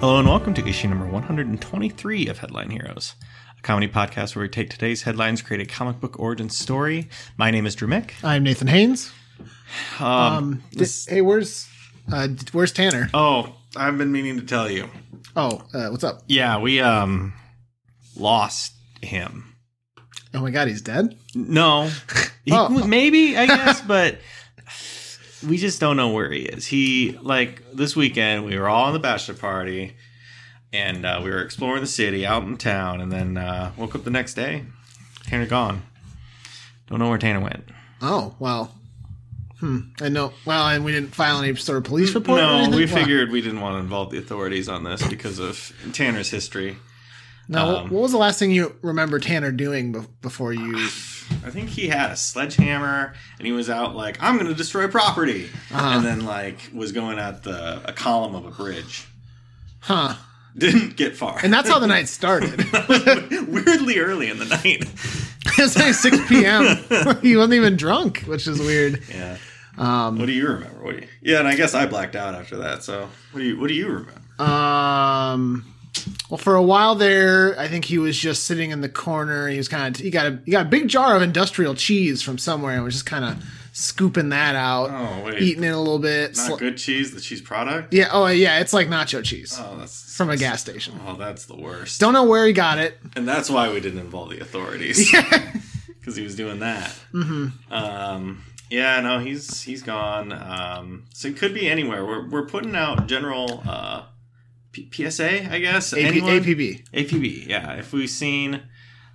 Hello and welcome to issue number 123 of Headline Heroes, a comedy podcast where we take today's headlines, create a comic book origin story. My name is Drew Mick. I'm Nathan Haynes. Um, Um, di- this- hey, where's uh, d- where's Tanner? oh, I've been meaning to tell you. Oh, uh, what's up? Yeah, we um lost him. Oh my God, he's dead. No, He- Oh. maybe I guess, but we just don't know where he is. He like this weekend we were all in the bachelor party, and uh, we were exploring the city, out in town, and then uh, woke up the next day. Tanner gone. Don't know where Tanner went. Oh well. Hmm. I know. Well, and we didn't file any sort of police report. or No, anything? we Well, figured we didn't want to involve the authorities on this because of Tanner's history. No. um, what was the last thing you remember Tanner doing bef- before you? I think he had a sledgehammer and he was out like, I'm going to destroy property. And then, like, was going at the a column of a bridge. Huh. Didn't get far. And that's how the night started. weirdly early in the night. it's like 6 p.m. he wasn't even drunk, which is weird. Yeah. what do you remember? What do you, yeah, and I guess I blacked out after that. So what do you what do you remember? Um, well, for a while there, I think he was just sitting in the corner. He was kind of he got a he got a big jar of industrial cheese from somewhere and was just kind of scooping that out, Oh wait, eating it a little bit. not sli- good cheese, the cheese product. Yeah. Oh, yeah. It's like nacho cheese Oh, that's from a gas station. Oh, that's the worst. Don't know where he got it. And that's why we didn't involve the authorities because he was doing that. Mm-hmm. Um, yeah, no, he's he's gone. Um, so it could be anywhere. We're we're putting out general uh, P- PSA, I guess. AP, Anyone? APB. APB, yeah. If we've seen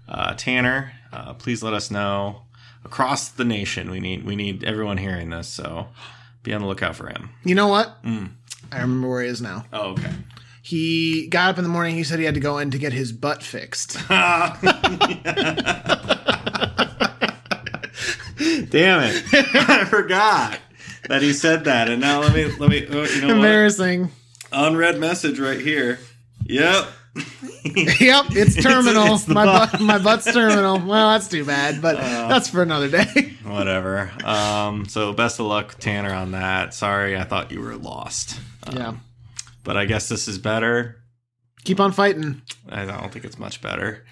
uh, Tanner, uh, please let us know. Across the nation, we need we need everyone hearing this, so be on the lookout for him. You know what? Mm. I remember where he is now. Oh, okay. He got up in the morning. He said he had to go in to get his butt fixed. Damn it! I forgot that he said that, and now let me let me oh, you know what? Embarrassing. Unread message right here. Yep. Yep, it's terminal. it's the my butt. butt. my butt's terminal. Well, that's too bad, but that's for another day. Whatever. Um, so best of luck, Tanner, on that. Sorry, I thought you were lost, yeah, but I guess this is better. keep on fighting. I don't think it's much better.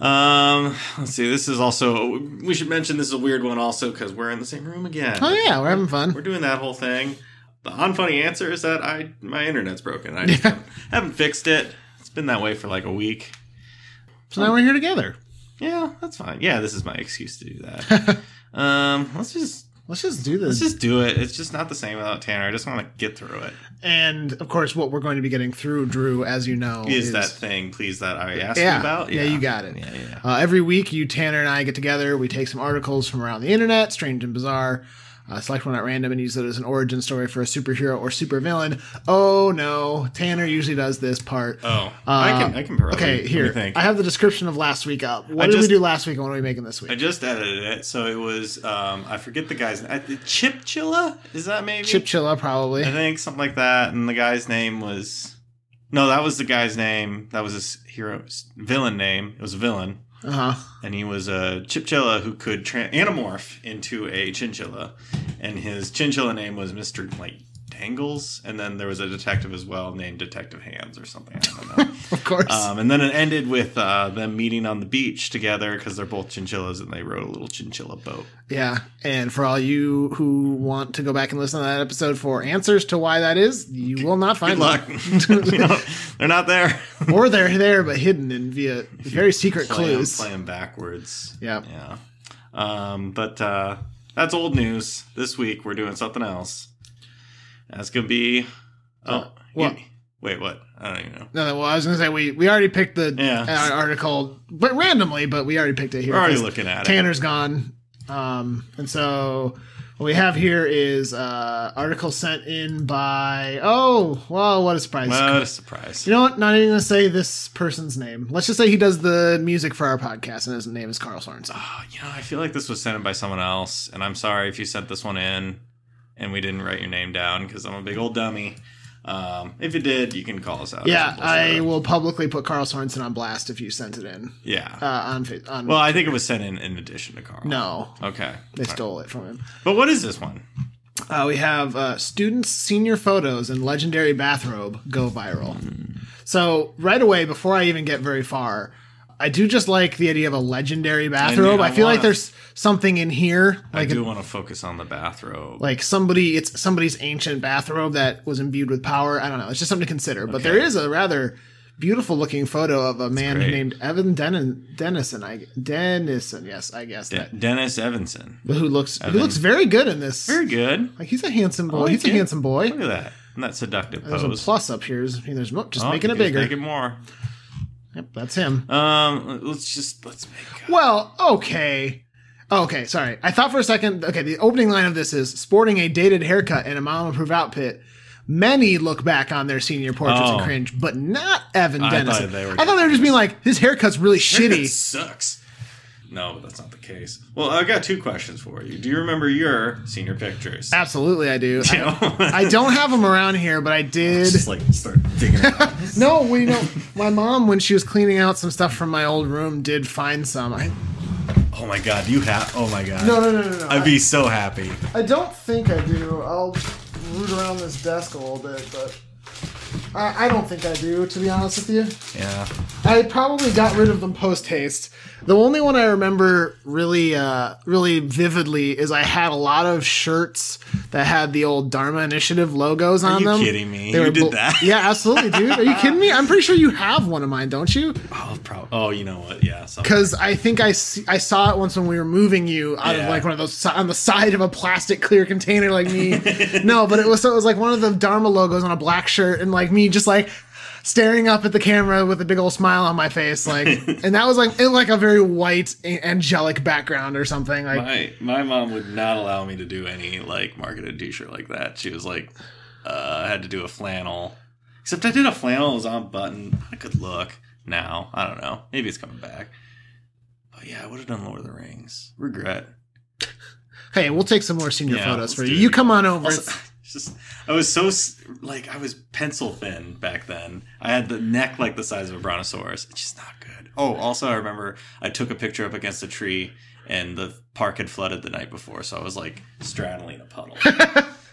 Um, let's see. This is also we should mention this is a weird one also because we're in the same room again. Oh yeah, we're having We're fun. doing that whole thing. The unfunny answer is that I my internet's broken. I just haven't, haven't fixed it. It's been that way for like a week. So now we're here together. Yeah, that's fine. Yeah, this is my excuse to do that. um, let's just Let's just do let's this. just do it. It's just not the same without Tanner. I just want to get through it. and of course, what we're going to be getting through, Drew, as you know, Is that thing, please, that I asked yeah, you about? yeah, you got it. Yeah, yeah. Uh, every week, you, Tanner, and I get together. We take some articles from around the internet, strange and bizarre, uh, select one at random, and use it as an origin story for a superhero or supervillain. Oh no, Tanner usually does this part. Oh, I Uh, can I can probably let Okay, me here. think. I have the description of last week up. What I did just- we do last week and what are we making this I week? just edited it, so it was um, I forget the guy's name. Chipchilla is that maybe? Chipchilla, probably. I think something like that. And the guy's name was no, that was the guy's name. That was his hero's villain name. It was a villain, Uh huh. and he was a Chipchilla who could tra- anamorph into a chinchilla, and his chinchilla name was Mister like Dangles. And then there was a detective as well named Detective Hands or something. I don't know. Of course. Um, and then it ended with uh, them meeting on the beach together because they're both chinchillas and they rode a little chinchilla boat. yeah. And for all you who want to go back and listen to that episode for answers to why that is, you will not Good find luck. You know, they're not there. them. Or they're there, but hidden in via very secret Play 'em- clues. play 'em backwards. Yeah. Yeah. Um, but uh, that's old news. This week we're doing something else. That's going to be. Oh, Uh, what? you- wait, what? I don't even know. No, well, I was going to say we, we already picked the Yeah. uh, article, but randomly, but we already picked it here. We're already 'cause looking at it. Tanner's gone. Um, and so what we have here is uh article sent in by oh well what a surprise. What a surprise. you know what? Not even gonna say this person's name. Let's just say he does the music for our podcast and his name is Carl Sorensen. Oh, you know, I feel like this was sent in by someone else, and I'm sorry if you sent this one in and we didn't write your name down because I'm a big old dummy. Um, if you did, you can call us out. or Yeah, something, I so- will publicly put Carl Sorensen on blast if you sent it in. Yeah. Uh on fa- on well, I think it was sent in in addition to Carl. no. Okay. They stole it from him. But what is this one? Uh, we have uh, students' senior photos and legendary bathrobe go viral. So right away, before I even get very far, I do just like the idea of a legendary bathrobe. I, I feel like wanna- there's something in here, I like do want to focus on the bathrobe. like somebody it's somebody's ancient bathrobe that was imbued with power. I don't know. It's just something to consider. But there Okay. is a rather beautiful looking photo of a man great. named Evan Denon, Dennison. I Dennison, yes, I guess De- that. Dennis Evanson. Who looks who Evan. looks very good in this? Very Oh, good. Like he's a handsome boy. like he's a it. handsome boy. Look at that. And that seductive There's a pose. plus up here. There's- There's mo- just Oh, making you it guys bigger. Make it more. Yep, that's him. Um, let's just let's make. Well, okay. Oh, Okay, sorry. I thought for a second. Okay, the opening line of this is sporting a dated haircut and a mom approved outfit. Many look back on their senior portraits and Oh. cringe, but not Evan I thought Dennison. they were I thought they were just being like, his haircut's really That shitty. sucks. No, that's not the case. Well, I got two questions for you. Do you remember your senior pictures? Absolutely, I do. You I, know? I don't have them around here, but I did. just like start digging. around. No, we know. My mom, when she was cleaning out some stuff from my old room, did find some. I, oh my god, you have. Oh my god. no, no, no, no, no. I'd be so happy. I don't think I do. I'll root around this desk a little bit, but I, I don't think I do, to be honest with you. Yeah. I probably got rid of them post haste. The only one I remember really, uh, really vividly is I had a lot of shirts that had the old Dharma Initiative logos on you them. kidding me? You did that? Yeah, absolutely, dude. Are you kidding me? I'm pretty sure you have one of mine, don't you? Oh, probably. Oh, you know what? Yeah. something. Because I think I, see, I saw it once when we were moving you out of Yeah. like one of those si- on the side of a plastic clear container like me. no, but it was so it was like one of the Dharma logos on a black shirt and like me just like staring up at the camera with a big old smile on my face like and that was like in like a very white a- angelic background or something like My my mom would not allow me to do any like marketed T-shirt like that. She was like, uh, I had to do a flannel. Except I did a flannel. It was on button. I could look now. I don't know. Maybe it's coming back. But yeah, I would have done Lord of the Rings. Regret. hey we'll take some more senior Yeah, photos let's for do you it. you come on over Also, it's just I was so s- like I was pencil thin back then. I had the neck like the size of a brontosaurus. It's just not good. Oh, also I remember I took a picture up against a tree and the park had flooded the night before, so I was like straddling a puddle.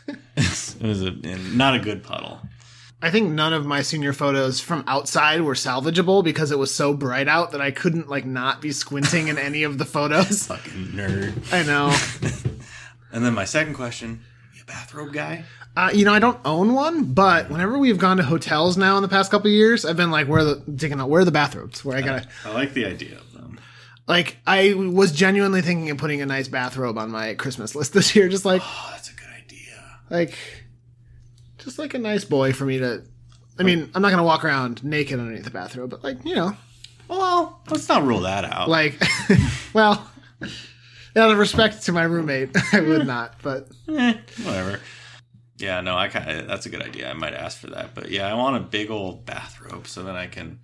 it was a, and not a good puddle. I think none of my senior photos from outside were salvageable because it was so bright out that I couldn't like not be squinting in any of the photos. Fucking nerd. I know. And then my second question, you a bathrobe guy? Uh, you know, I don't own one, but whenever we've gone to hotels now in the past couple of years, I've been like, where are the digging out, where are the bathrobes? Where I gotta I like the idea of them. like, I was genuinely thinking of putting a nice bathrobe on my Christmas list this year, just like, Oh, that's a good idea. like, just like a nice boy for me to. I mean, I'm not gonna walk around naked underneath the bathrobe, but like, you know, Well, let's not rule that out. like, well, out of respect to my roommate, I would not, but eh, whatever. Yeah, no, I kind of that's a good idea. I might ask for that, but yeah, I want a big old bathrobe so that I can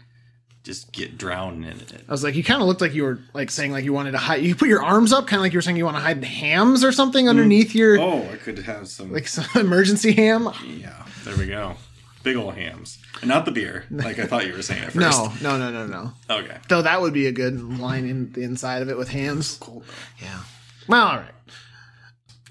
just get drowned in it. I was like, you kind of looked like you were like saying like you wanted to hide. You put your arms up, kind of like you were saying you want to hide hams or something underneath your. Oh, I could have some. like some emergency ham. yeah, there we go. Big old hams, and not the beer, like I thought you were saying at first. No, no, no, no, no. Okay. Though that would be a good line in the inside of it with hams. Cool. though. Yeah. Well, all right.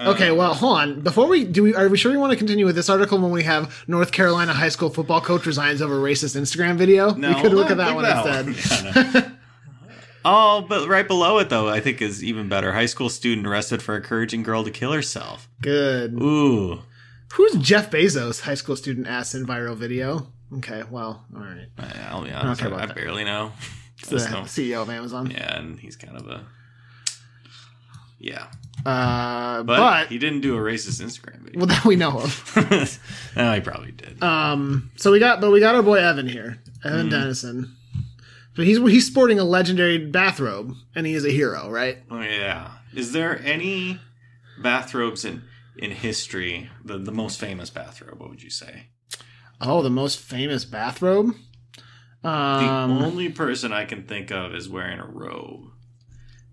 Uh, Okay, well, hold on. Before we do, we, are we sure we want to continue with this article when we have North Carolina high school football coach resigns over racist Instagram video? No, we could look at look- that look one at that instead. one. Yeah, no. Oh, but right below it though, I think is even better. High school student arrested for encouraging girl to kill herself. Good. Ooh, Who's Jeff Bezos? High school student asks in viral video. Okay, well, all right. I- I'll be honest, care I, about I that. barely know. It's I the just know- CEO of Amazon. Yeah, and he's kind of a yeah, Uh, but, but, he didn't do a racist Instagram video. well, that we know of. no, he probably did. Um, so we got, but we got our boy Evan here, Evan Dennison. But he's he's sporting a legendary bathrobe, and he is a hero, right? oh yeah, is there any bathrobes in in history? The the most famous bathrobe? What would you say? Oh, the most famous bathrobe. The Um, only person I can think of is wearing a robe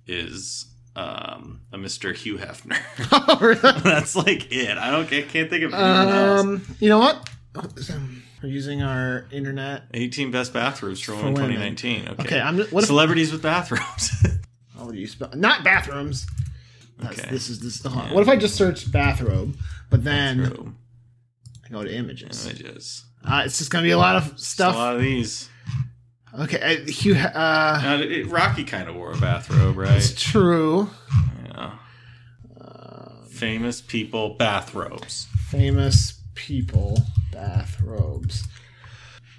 is um a Mr. Hugh Hefner. oh, That's like it. I don't I can't think of anyone else. um, you know what? We're using our internet. 18 best bathrobes from For women. 2019. Okay. Okay, I'm. What if? Celebrities with bathrobes. Oh, what do you spell? Not bathrooms. That's, Okay. This is this. hold on. What if I just search bathrobe, but then Robe. I go to images? images. Uh, it's just going to be a lot of Just stuff. A lot of these. okay, uh, Hugh. Uh, Now, it- Rocky kind of wore a bathrobe, It's right? true. Yeah. Famous people bathrobes. Famous people bathrobes.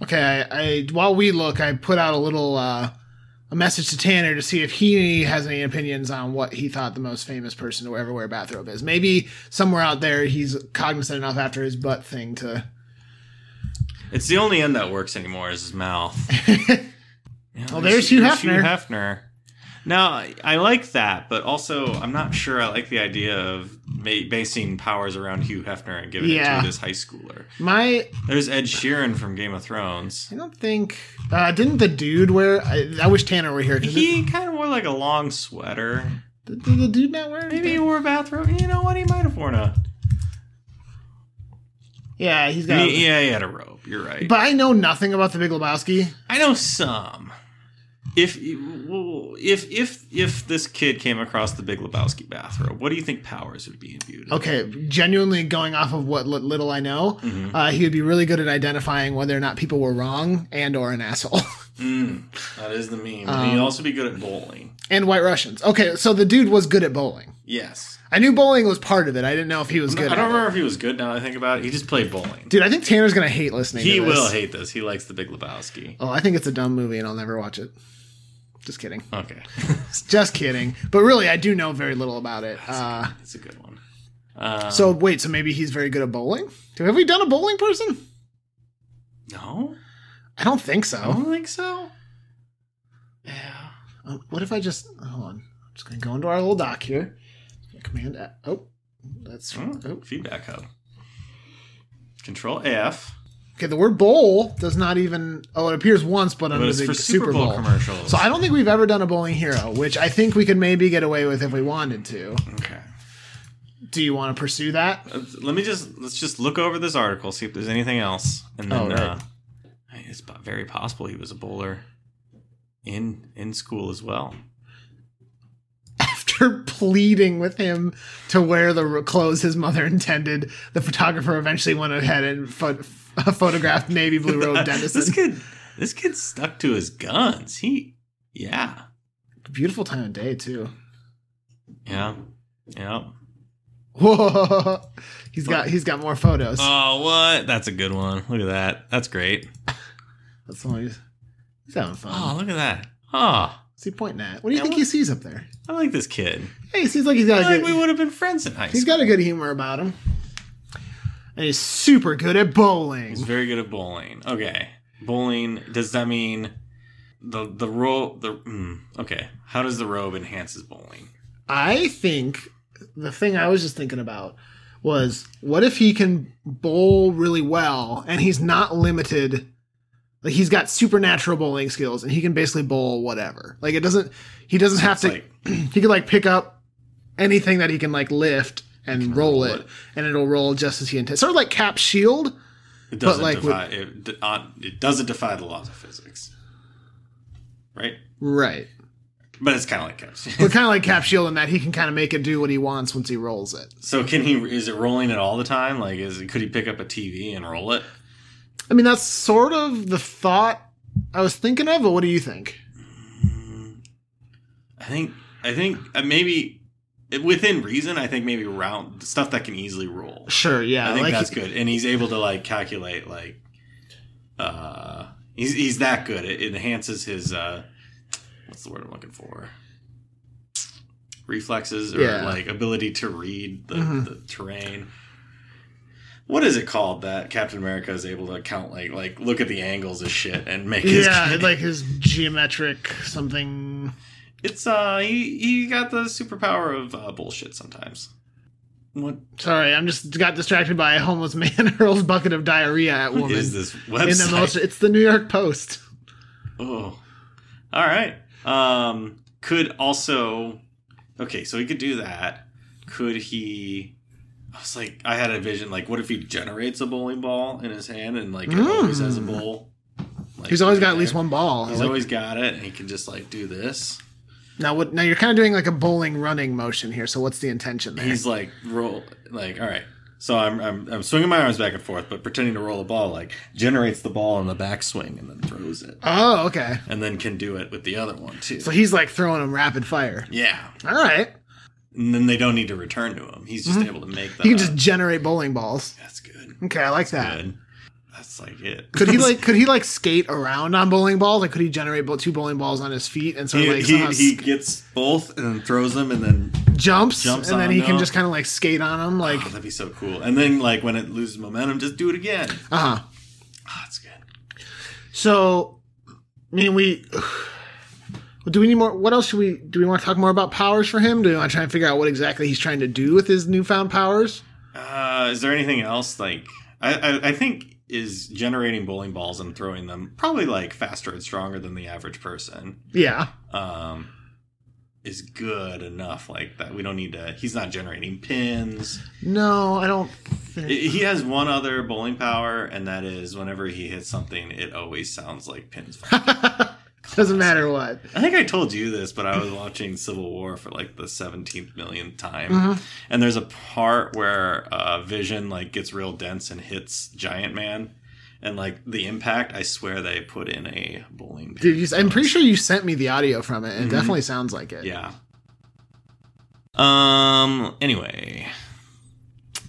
Okay, I, I while we look, I put out a little uh, a message to Tanner to see if he has any opinions on what he thought the most famous person to ever wear a bathrobe is. Maybe somewhere out there he's cognizant enough after his butt thing to. It's the only end that works anymore is his mouth. Yeah, Well, there's Hugh Hefner. Hefner. Now, I like that, but also I'm not sure I like the idea of ma- basing powers around Hugh Hefner and giving it Yeah. to this high schooler. My, There's Ed Sheeran from Game of Thrones. I don't think. Uh, didn't the dude wear? I, I wish Tanner were here. 'cause He kind of wore like a long sweater. did, did the dude not wear? anything? Maybe he wore a bathrobe. You know what? He might have worn a. Yeah, he's got. Yeah, he, yeah, he had a robe. You're right. But I know nothing about the Big Lebowski. I know some. If well, if if if this kid came across the Big Lebowski bathrobe, what do you think powers would be imbued? okay, genuinely going off of what li- little I know, Mhm. uh, he would be really good at identifying whether or not people were wrong and or an asshole. Mm, that is the meme. Um, He'd also be good at bowling. and white Russians. Okay, so the dude was good at bowling. Yes. I knew bowling was part of it. I didn't know if he was I good. don't at it. remember if he was good now that I think about it. He just played bowling. Dude, I think Tanner's gonna hate listening. He to this. will hate this. He likes the Big Lebowski. Oh, I think it's a dumb movie, and I'll never watch it. Just kidding. Okay. Just kidding. But really, I do know very little about it. Uh, That's a good one. Um, so wait, so maybe he's very good at bowling? Do have we done a bowling person? no, I don't think so. I don't think so. Yeah. Um, what if I just hold on? I'm just gonna go into our little doc here. Command F. Oh, that's Hmm, oh. Feedback hub. Control F. okay. The word bowl does not even. Oh, it appears once, but But under it's the for Super Bowl, commercials. So I don't think we've ever done a bowling hero, which I think we could maybe get away with if we wanted to. okay. Do you want to pursue that? Uh, Let me just let's just look over this article, see if there's anything else, and Oh, then right. uh, I- it's po- very possible he was a bowler in in school as well. After pleading with him to wear the r- clothes his mother intended, the photographer eventually went ahead and pho- photographed navy blue robe Dennison. this kid, this kid stuck to his guns. He, yeah, Beautiful time of day too. yeah, yeah. Whoa. He's got he's got more photos. Oh, what? That's a good one. Look at that. That's great. That's the one he's, he's having fun. Oh, look at that. Oh, What's he pointing at? What do you Yeah, think what- he sees up there? I like this kid. Hey, he seems like he's got I a feel like good, we would have been friends in high he's school. got a good humor about him. And he's super good at bowling. He's very good at bowling. Okay, bowling. Does that mean the the robe? The mm, okay. How does the robe enhance his bowling? I think the thing I was just thinking about was what if he can bowl really well and he's not limited like he's got supernatural bowling skills and he can basically bowl whatever. Like it doesn't he doesn't have It's to like- he could like pick up anything that he can like lift and roll, roll it, it. and it'll roll just as he intends. Sort of like Cap Shield. It doesn't like, defy. It, d- on- it doesn't defy the laws of physics, right? Right. But it's kind of like catch. But kind of like Cap Shield in that he can kind of make it do what he wants once he rolls it. So can he? Is it rolling it all the time? Like, is could he pick up a TV and roll it? I mean, that's sort of the thought I was thinking of, but what do you think? I think. I think uh, maybe within reason. I think maybe round stuff that can easily roll. Sure, yeah. I think like that's good, and he's able to like calculate like. Uh, he's he's that good. It enhances his uh, what's the word I'm looking for? Reflexes or Yeah. like ability to read the, Mhm. the terrain. What is it called that Captain America is able to count like like look at the angles of shit and make his yeah, like his geometric something. it's uh he he got the superpower of uh, bullshit sometimes. What Sorry, I'm just got distracted by a homeless man hurls bucket of diarrhea at is woman this in website? the most. It's the New York Post. Oh, all right. Um, could also, okay, so he could do that. Could he? I was like, I had a vision. Like, what if he generates a bowling ball in his hand and like it always has a Mm. bowl? Like, He's always right got at least there? one ball. He's Like, always got it, and he can just like do this. Now what? Now you're kind of doing like a bowling running motion here. So what's the intention there? He's like roll, like all right. So I'm, I'm I'm swinging my arms back and forth, but pretending to roll a ball. Like generates the ball in the backswing and then throws it, Oh, okay. and then can do it with the other one too. So he's like throwing them rapid fire. yeah, All right. and then they don't need to return to him. He's just able to make that. You can Mm-hmm. just generate bowling balls. That's good. Okay, I like that. Uh, Good. That's like it. Could he like could he like skate around on bowling balls? Like could he generate bo- two bowling balls on his feet and sort of He, like he, somehow he sk- gets both and then throws them and then jumps, jumps and then on he can them. just kind of like skate on them like oh, that'd be so cool. And then like when it loses momentum, just do it again. uh huh. Ah, that's good. So I mean we do we need more what else should we do we want to talk more about powers for him? Do we want to try and figure out what exactly he's trying to do with his newfound powers? Uh, is there anything else like I, I, I think is generating bowling balls and throwing them probably like faster and stronger than the average person Yeah. um is good enough like that we don't need to he's not generating pins No, I don't think I- he has one other bowling power and that is whenever he hits something it always sounds like pins fall. doesn't matter what. I think I told you this, but I was watching Civil War for like the seventeenth millionth time, and there's a part where uh, Vision like gets real dense and hits Giant Man, and like the impact. I swear they put in a bowling pin. Dude, you, I'm pretty sure you sent me the audio from it. and It definitely sounds like it. Mm-hmm. Yeah. Um. Anyway,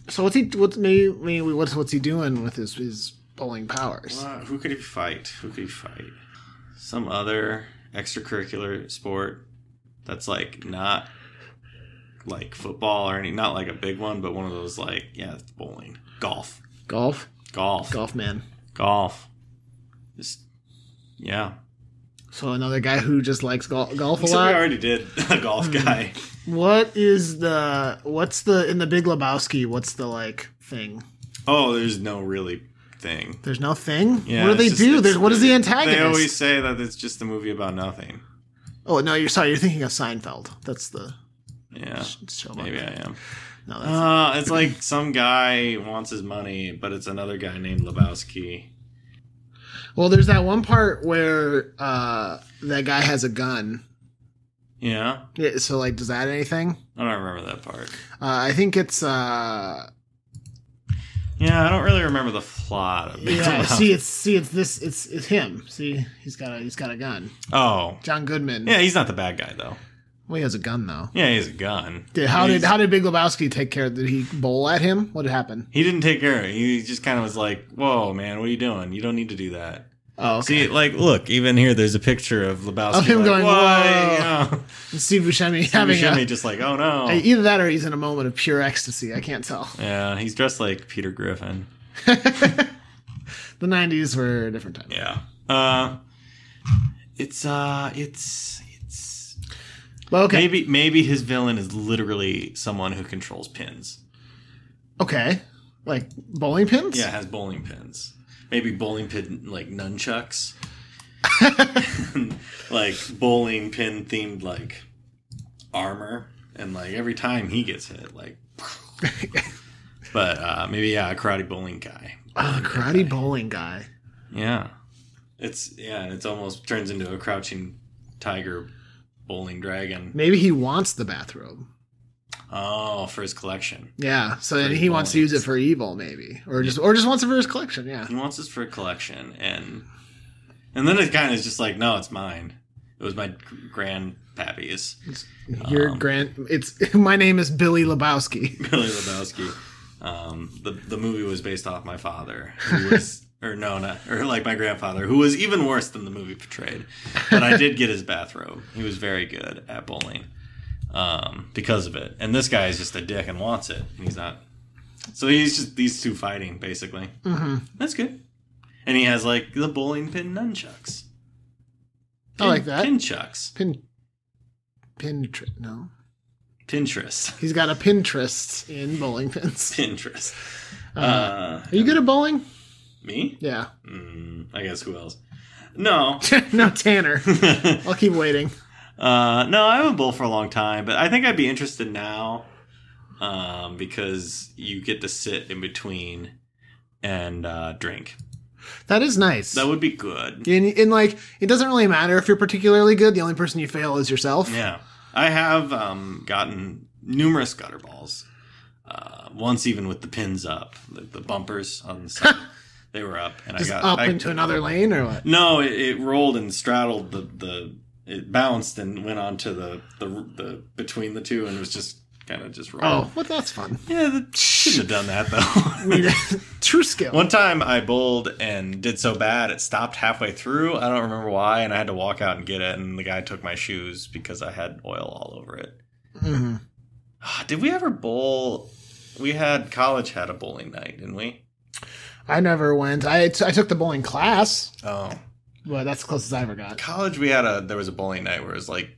So what's he? What's maybe, maybe what's what's he doing with his his bowling powers? uh, who could he fight? Who could he fight? Some other extracurricular sport that's like not like football or any, not like a big one, but one of those like yeah, it's bowling, golf. Golf, Golf. Golf. golf man. Just yeah. So another guy who just likes golf, golf a Except we lot. already did a golf Mm. guy. What is the what's the in the Big Lebowski? What's the like thing? Oh, there's no really thing. There's no thing. Yeah, what do they it's just- do? it's- There's what is the antagonist? They always say that it's just a movie about nothing. oh no, you're sorry. You're thinking of Seinfeld. That's the Yeah. show. about- Maybe I am. No, that's, Uh, it's like some guy wants his money, but it's another guy named Lebowski. well, there's that one part where uh that guy has a gun. Yeah. Yeah, so like, does that anything? I don't remember that part. Uh, I think it's uh Yeah, I don't really remember the plot of it. Yeah, see, it's see, it's this, it's it's him. See, he's got a he's got a gun. Oh. John Goodman. Yeah, he's not the bad guy though. Well, he has a gun though. Yeah, he has a gun. Did, how He's- did how did Big Lebowski take care? of Did he bowl at him? What happened? He didn't take care of it. He just kind of was like, "Whoa, man, what are you doing? You don't need to do that." Oh, okay. See, like, look, even here, there's a picture of Lebowski Of him like, going, "Why?" Steve Buscemi You know, having Buscemi a, just like, "Oh no." either that or he's in a moment of pure ecstasy. I can't tell. yeah, he's dressed like Peter Griffin. The '90s were a different time. Yeah. Uh, it's uh, it's it's Well, okay, maybe maybe his villain is literally someone who controls pins. okay, like bowling pins. Yeah, has bowling pins. Maybe bowling pin like nunchucks. like bowling pin themed like armor and like every time he gets hit like but uh maybe yeah, a karate bowling guy. Ah, karate bowling guy. Yeah. It's yeah, and it's almost turns into a crouching tiger bowling dragon. Maybe he wants the bathrobe. Oh, for his collection. Yeah, so then he wants to use it for evil, maybe, or just or just wants it for his collection. Yeah. He wants this for a collection, and and then it kind of is just like, no, it's mine. It was my grandpappy's, Your um, grand. It's my name is Billy Lebowski. Billy Lebowski. Um, the the movie was based off my father, who was or no, not or like my grandfather, who was even worse than the movie portrayed. But I did get his bathrobe. He was very good at bowling um, because of it. And this guy is just a dick and wants it, and he's not. So he's just these two fighting basically. Mm-hmm. That's good. And he has like the bowling pin nunchucks. I like that. Pinchucks. Pin, Pinterest. No, Pinterest. he's got a Pinterest in bowling pins. Pinterest. Uh, Are you good at bowling? me? Yeah. Mm, I guess who else? No. no, Tanner. I'll keep waiting. Uh, no, I haven't bowled for a long time, but I think I'd be interested now um, because you get to sit in between and uh, drink. That is nice. That would be good. and, and like, it doesn't really matter if you're particularly good. The only person you fail is yourself. Yeah. I have um, gotten numerous gutter balls. Uh, once even with the pins up, the, the bumpers on the side, they were up, and Just I got up I- into another lane or what? No, it, it rolled and straddled the the. It bounced and went onto the the, the between the two, and was just kind of just rolling. Oh, well, that's fun. Yeah, that shouldn't have done that though. We- True skill. One time I bowled and did so bad it stopped halfway through. I don't remember why, and I had to walk out and get it. And the guy took my shoes because I had oil all over it. Ah, Mhm. Did we ever bowl? We had college had a bowling night, didn't we? I never went. I t- I took the bowling class, Oh, but that's the closest I ever got. college we had a there was a bowling night where it was like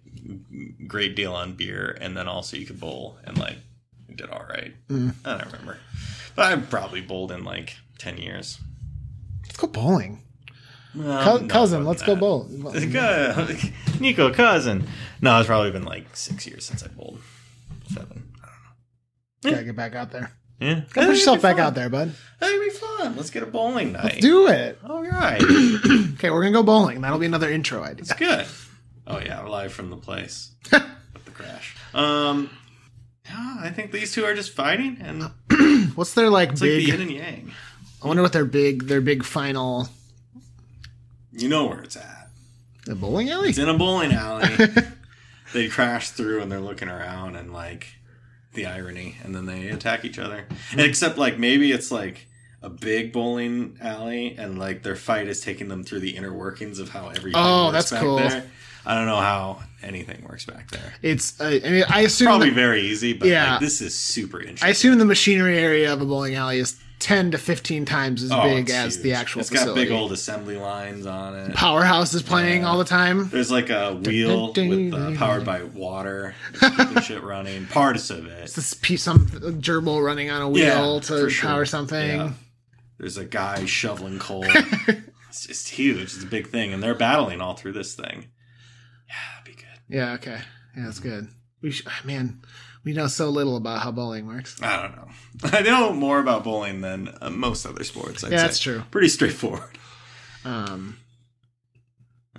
great deal on beer, and then also you could bowl and like we did all right. Mm. I don't remember, but I probably bowled in like ten years. Let's go bowling. Well, Co- no, cousin, more let's than go that. bowl. Good. Nico cousin. No, it's probably been like six years since I bowled. Seven. Gotta get back out there. Yeah. Go put yourself back out there, bud. That'd be fun. Let's get a bowling night. Do it. All right. Okay, we're gonna go bowling. That'll be another intro idea. It's good. Oh yeah, we're live from the place. With the crash. Um yeah, I think these two are just fighting and it's What's their like like big? the yin and yang. I wonder what their big their big final. You know where it's at. The bowling alley. It's in a bowling alley. they crash through and they're looking around and like the irony, and then they attack each other. And except like maybe it's like a big bowling alley, and like their fight is taking them through the inner workings of how everything. Oh, works that's back cool. There. I don't know how anything works back there. It's. Uh, I mean, I assume. Probably the- very easy, but Yeah. like, this is super I interesting. assume the machinery area of a bowling alley is ten to fifteen times as Oh, big it's as huge. the actual It's got facility. big old assembly lines on it. Powerhouse is playing all the time. There's like a wheel with uh, powered by water, keeping shit running. Parts of it. This piece, some gerbil running on a wheel Yeah, to for sure. power something. Yeah. There's a guy shoveling coal. it's just huge. It's a big thing, and they're battling all through this thing. Yeah, that'd be good. Yeah, okay. Yeah, Mm-hmm. that's good. We sh- ah, man, we know so little about how bowling works. I don't know. I know more about bowling than uh, most other sports. I'd yeah, say. that's true. Pretty straightforward. Um,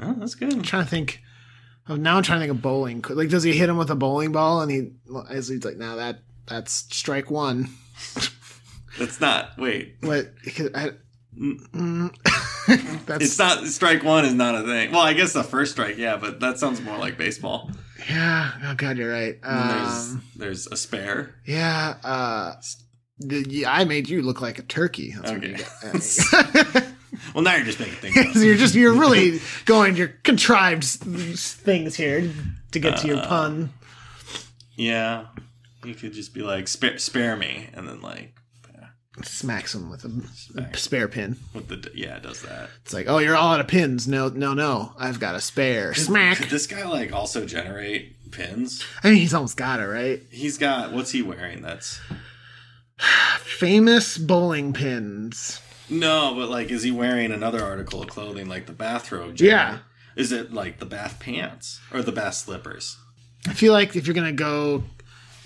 Oh, that's I'm good. trying to think. oh, Now I'm trying to think of bowling. Like, does he hit him with a bowling ball? And he, as he's like, now that that's strike one. That's not. Wait, What? I, mm, that's it's not. Strike one is not a thing. Well, I guess the first strike, yeah, but that sounds more like baseball. yeah. Oh God, you're right. And then Um, there's there's a spare. yeah. Uh, the, yeah, I made you look like a turkey. That's what Okay. you did. Well, now you're just making things. up. So you're just you're really going your contrived s- things here to get to your Uh. pun. yeah, you could just be like spare, spare me, and then like Smacks him with a Smack. spare pin. with the yeah, it does that. It's like, oh, you're all out of pins. No, no, no. I've got a spare. Could Smack. this guy like also generate pins? I mean, he's almost got it right. He's got what's he wearing? That's Famous bowling pins. no, but like, is he wearing another article of clothing like the bathrobe? Yeah. Is it like the bath pants or the bath slippers? I feel like if you're gonna go,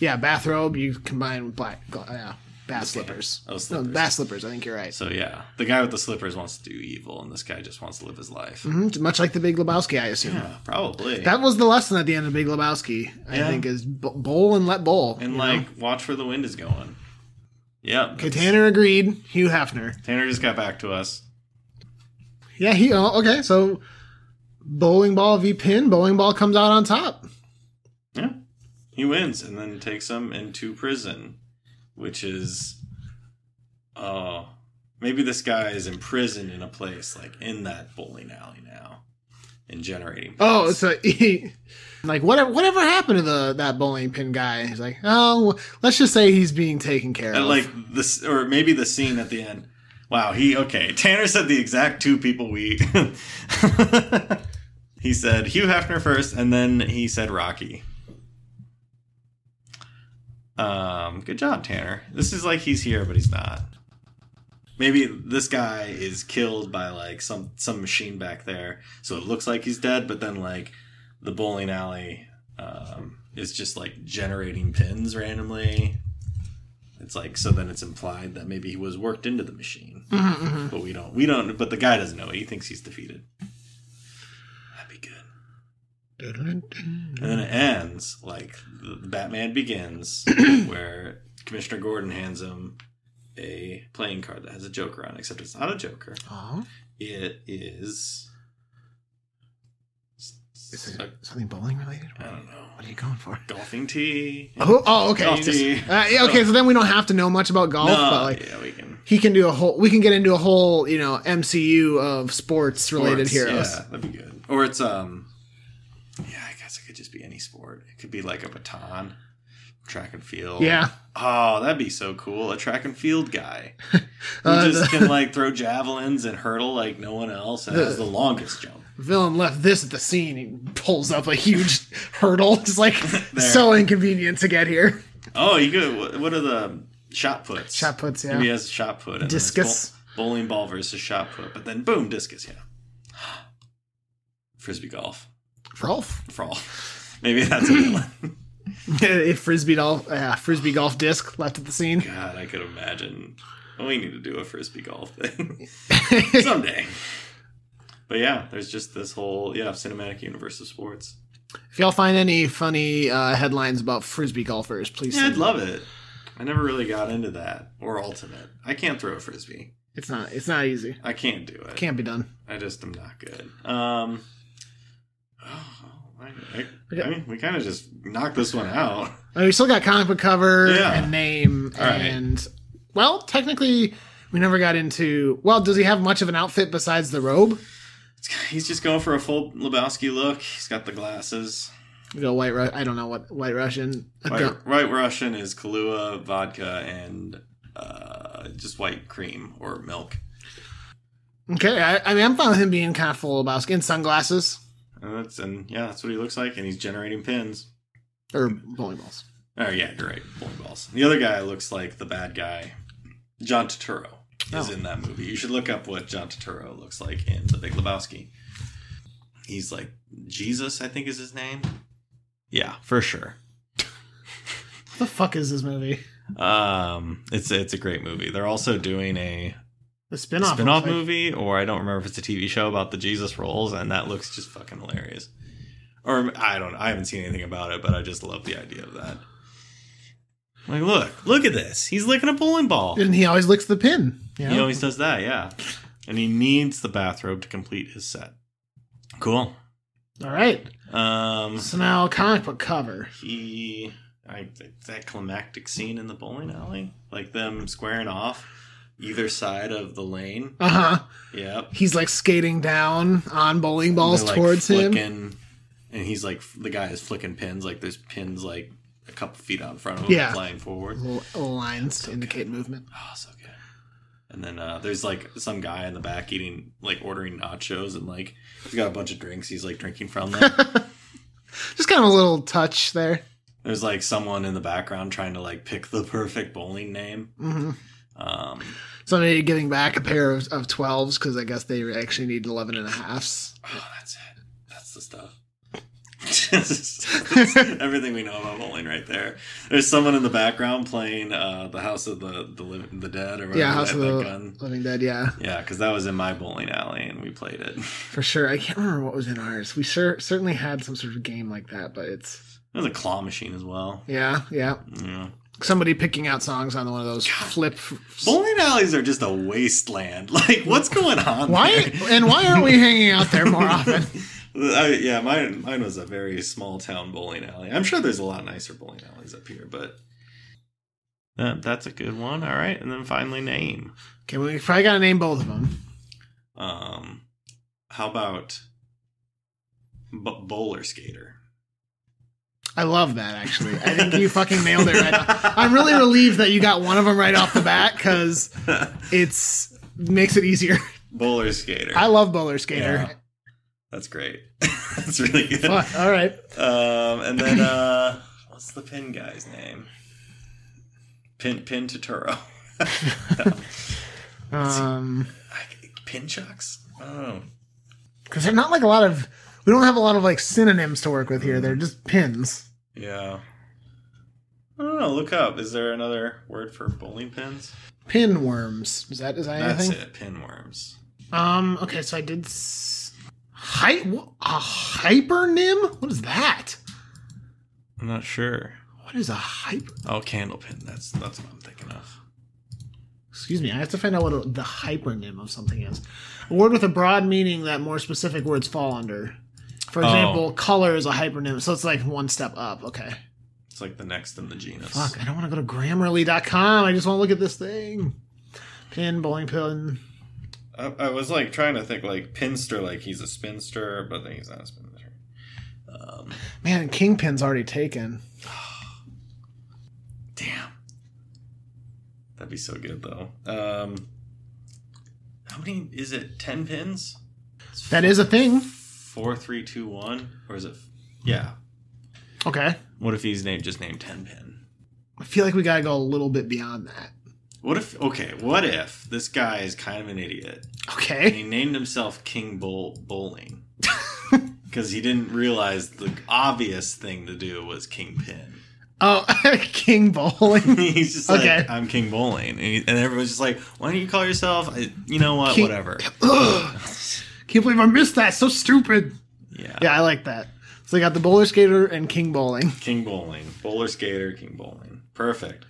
yeah, bathrobe. You combine with black, gla- yeah, bath slippers. Oh, slippers. No, bath slippers. I think you're right. So yeah, the guy with the slippers wants to do evil, and this guy just wants to live his life. Mhm, Much like the Big Lebowski, I assume. Yeah, probably. That was the lesson at the end of Big Lebowski. I Yeah. think is b- bowl and let bowl. and you know? like, watch where the wind is going. Yep. Okay, Tanner agreed. Hugh Hefner. Tanner just got back to us. Yeah, he. Oh, okay, so bowling ball v pin. Bowling ball comes out on top. Yeah. He wins and then takes him into prison, which is oh, maybe this guy is imprisoned in a place like in that bowling alley now and generating. Oh, so he, like whatever whatever happened to the that bowling pin guy? He's like, oh, well, let's just say he's being taken care And of. like this or maybe the scene at the end. Wow, he okay. Tanner said the exact two people we He said Hugh Hefner first and then he said Rocky. Um, good job, Tanner. This is like he's here, but he's not. Maybe this guy is killed by like some some machine back there, so it looks like he's dead. But then like the bowling alley um, is just like generating pins randomly. It's like so then it's implied that maybe he was worked into the machine, Mm-hmm. but we don't we don't. But the guy doesn't know. it. He thinks he's defeated. That'd be good. And then it ends like the the Batman Begins, where Commissioner Gordon hands him a playing card that has a Joker on it, except it's not a Joker. Oh, It is. is it something bowling related? I don't know. What are you going for? Golfing tee. Oh, oh okay. Golf you just- tee. uh, yeah, okay, so then we don't have to know much about golf, but no, like yeah, we can. he can do a whole. We can get into a whole, you know, MCU of sports related sports, heroes. Yeah, that'd be good. Or it's um, yeah, I guess it could just be any sport. It could be like a baton, track and field. Yeah. Oh, that'd be so cool. A track and field guy who Uh, just can like throw javelins and hurtle like no one else and Uh, has the longest jump. Villain left this at the scene. He pulls up a huge hurdle. It's like so inconvenient to get here. Oh, you could. what- What are the shot puts? Shot puts, yeah. Maybe he has a shot put. And then it's Discus. bowl- bowling ball versus shot put, but then boom, discus. Yeah. Frisbee golf. Rolf. Frawl. Maybe that's a good one. a frisbee golf, uh, frisbee golf disc left at the scene. God, I could imagine. We need to do a frisbee golf thing someday. But yeah, there's just this whole yeah cinematic universe of sports. If y'all find any funny uh, headlines about frisbee golfers, please. Yeah, send I'd love it. I never really got into that or ultimate. I can't throw a frisbee. It's not. It's not easy. I can't do it. Can't be done. I just am not good. Um. Oh, I, I, I mean, we kind of just knocked this one out. I mean, we still got comic book cover Yeah. and name, right. and well, technically, we never got into. Well, does he have much of an outfit besides the robe? He's just going for a full Lebowski look. He's got the glasses. We go white. Ru- I don't know what white Russian. I don't- White, White Russian is Kahlua, vodka, and uh, just white cream or milk. Okay, I, I mean, I'm fine with him being kind of full Lebowski and sunglasses And that's and yeah, that's what he looks like. And he's generating pins. or bowling balls. Oh yeah, you're right. Bowling balls. The other guy looks like the bad guy. John Turturro is Oh. in that movie. You should look up what John Turturro looks like in The Big Lebowski. He's like Jesus, I think is his name. Yeah, for sure. What the fuck is this movie? Um, it's it's a great movie. They're also doing a The spinoff. spin-off looks like- movie or I don't remember if it's a TV show about the Jesus rolls and that looks just fucking hilarious. Or I don't I haven't seen anything about it, but I just love the idea of that. Like look, look at this. He's licking a bowling ball. And he always licks the pin. You know? He always does that, yeah. And he needs the bathrobe to complete his set. Cool. All right. Um So now comic book cover. he I that climactic scene in the bowling alley, like them squaring off either side of the lane. Uh huh. Yep. He's like skating down on bowling balls They're, like, towards him. flicking- And he's like, the guy is flicking pins. Like there's pins like a couple feet out in front of him, Yeah. flying forward. Little, little lines to indicate movement. Oh, so good. And then uh, there's like some guy in the back eating, like ordering nachos, and like he's got a bunch of drinks. He's like drinking from them. Just kind of a little touch there. there's like someone in the background trying to like pick the perfect bowling name. hmm Um, Somebody giving back a pair of, of 12s because I guess they actually need 11 and a halfs. oh, that's it. That's the stuff. everything we know about bowling right there. There's someone in the background playing uh, the House of the the, Liv- the Dead or whatever. Yeah, House that- of that the gun. Living Dead. Yeah, Yeah, because that was in my bowling alley and we played it. It for sure. I can't remember what was in ours. We sure, certainly had some sort of game like that, but it's. was a claw machine as well. Yeah, yeah. Yeah. Somebody picking out songs on one of those flip. Bowling alleys are just a wasteland. Like, what's going on? Why? there? And why aren't we hanging out there more often? I, yeah, mine mine was a very small town bowling alley. I'm sure there's a lot nicer bowling alleys up here, but uh, that's a good one. All right, and then finally name. Okay, we probably got to name both of them. Um, how about b- bowler skater? I love that actually. I think you fucking nailed it right off. I'm really relieved that you got one of them right off the bat because it's makes it easier. Bowler skater. I love bowler skater. That's great. that's really good. Fuck. All right. Um, and then uh, what's the pin guy's name? Pin Pin Totoro. Um, I- pin chucks. Oh, because they're not like a lot of. We don't have a lot of like synonyms to work with here. They're just pins. yeah. I don't know. Look up. Is there another word for bowling pins? Pinworms. Is that is that That's anything? it. Pinworms. Um. Okay. So I did. S- Hy- wh- a hypernym? What is that? I'm not sure. What is a hyper? Oh, Candlepin. That's that's what I'm thinking of. Excuse me, I have to find out what a, the hypernym of something is. A word with a broad meaning that more specific words fall under. For Oh. example, color is a hypernym, so it's like one step up. Okay. It's like the next in the genus. Fuck, I don't want to go to grammarly.com. I just want to look at this thing. Pin, bowling pin. I, I was like trying to think like pinster, like he's a spinster, but then he's not a spinster. Um, Man, kingpin's already taken. damn, that'd be so good though. Um, how many is it? Ten pins? That is a thing. Four, three, two, one, or is it? Yeah. Okay. What if he's named just named ten pin? I feel like we got to go a little bit beyond that. What if? Okay, what if this guy is kind of an idiot? And Okay. he named himself King Bowl Bowling because he didn't realize the obvious thing to do was Kingpin. Oh, king bowling. He's just Okay. like, I'm King Bowling, and, he, and everyone's just like, why don't you call yourself? I, you know what? King- Whatever. Ugh. Can't believe I missed that. So stupid. Yeah. Yeah, I like that. So they got the bowler skater and king bowling. King Bowling, bowler skater, King Bowling. Perfect.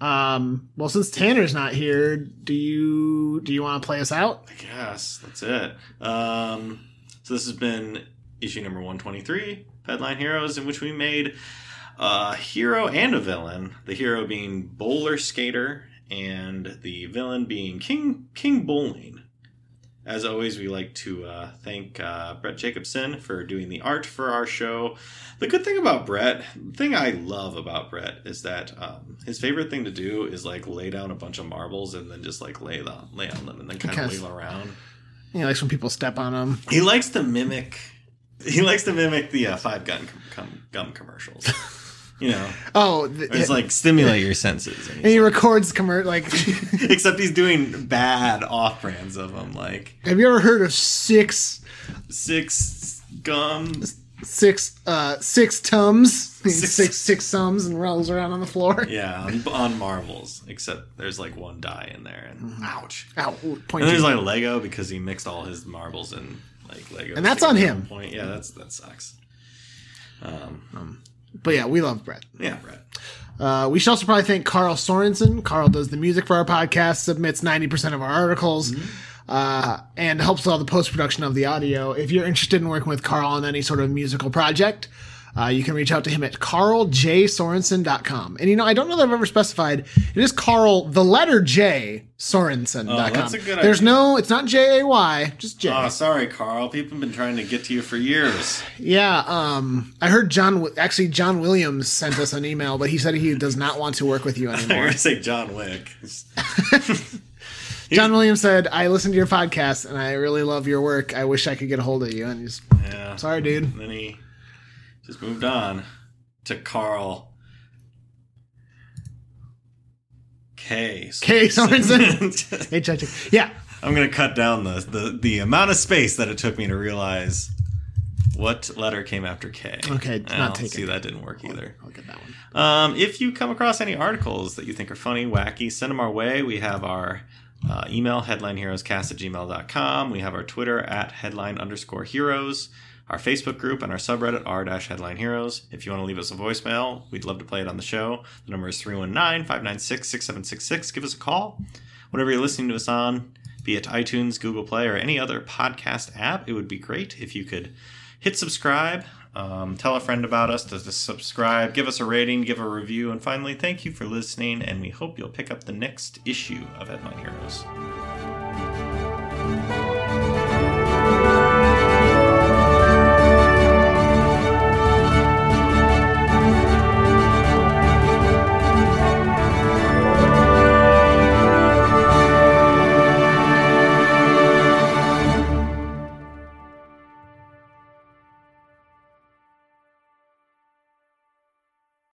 Um, well, since Tanner's not here, do you do you want to play us out? I guess that's it. Um, so this has been issue number 123, Headline Heroes, in which we made a hero and a villain. The hero being Bowler Skater, and the villain being King King Bowling. As always, we like to uh, thank uh, Brett Jacobson for doing the art for our show. The good thing about Brett, the thing I love about Brett, is that um, his favorite thing to do is like lay down a bunch of marbles and then just like lay on lay on them and then kind of Because- wiggle around. You know, like when people step on them. He likes to mimic. He likes to mimic the uh, five gun com- com- gum commercials. You know, Oh, th- Or it's like stimulate your senses. And and he records commer like. he's- except he's doing bad off brands of them, like have you ever heard of six six gum. six uh six tums Six- six six, sums and rolls around on the floor? Yeah, on, on marbles. Except there's like one die in there, Mm-hmm. and ouch. Ow, point And there's you. like Lego because he mixed all his marbles and like Lego. And that's on together at him. one Point. Yeah, that's that sucks. Um, but yeah, we love Brett. yeah, Brett. Uh, we should also probably thank Carl Sorensen. Carl does the music for our podcast, submits 90% of our articles, Mm-hmm. uh, and helps with all the post production of the audio. If you're interested in working with Carl on any sort of musical project, uh, you can reach out to him at carljsorensen.com. And you know, I don't know that I've ever specified. It is Carl, the letter J, Sorensen.com. Oh, that's a good There's idea. no, it's not J A Y, just J. Oh, sorry, Carl. People have been trying to get to you for years. Yeah, um, I heard John, actually, John Williams sent us an email, but he said he does not want to work with you I'm anymore. gonna say John Wick. John Williams said, I listened to your podcast and I really love your work. I wish I could get a hold of you. And he's Yeah. sorry, dude. And then he just moved on to Carl K. K. Sorensen. Hey, Judge. Yeah. I'm gonna cut down the, the the amount of space that it took me to realize what letter came after K. Okay, it's not Well, taken. See, that didn't work either. I'll get that one. Um, if you come across any articles that you think are funny, wacky, send them our way. We have our uh, email, headlineheroescast at gmail.com. We have our Twitter at headline underscore heroes, our Facebook group, and our subreddit r dash headline heroes. If you want to leave us a voicemail, we'd love to play it on the show. The number is 319 596 6766. Give us a call. Whatever you're listening to us on, be it iTunes, Google Play, or any other podcast app, it would be great if you could hit subscribe um, tell a friend about us to, to subscribe give us a rating give a review and finally thank you for listening and we hope you'll pick up the next issue of headline heroes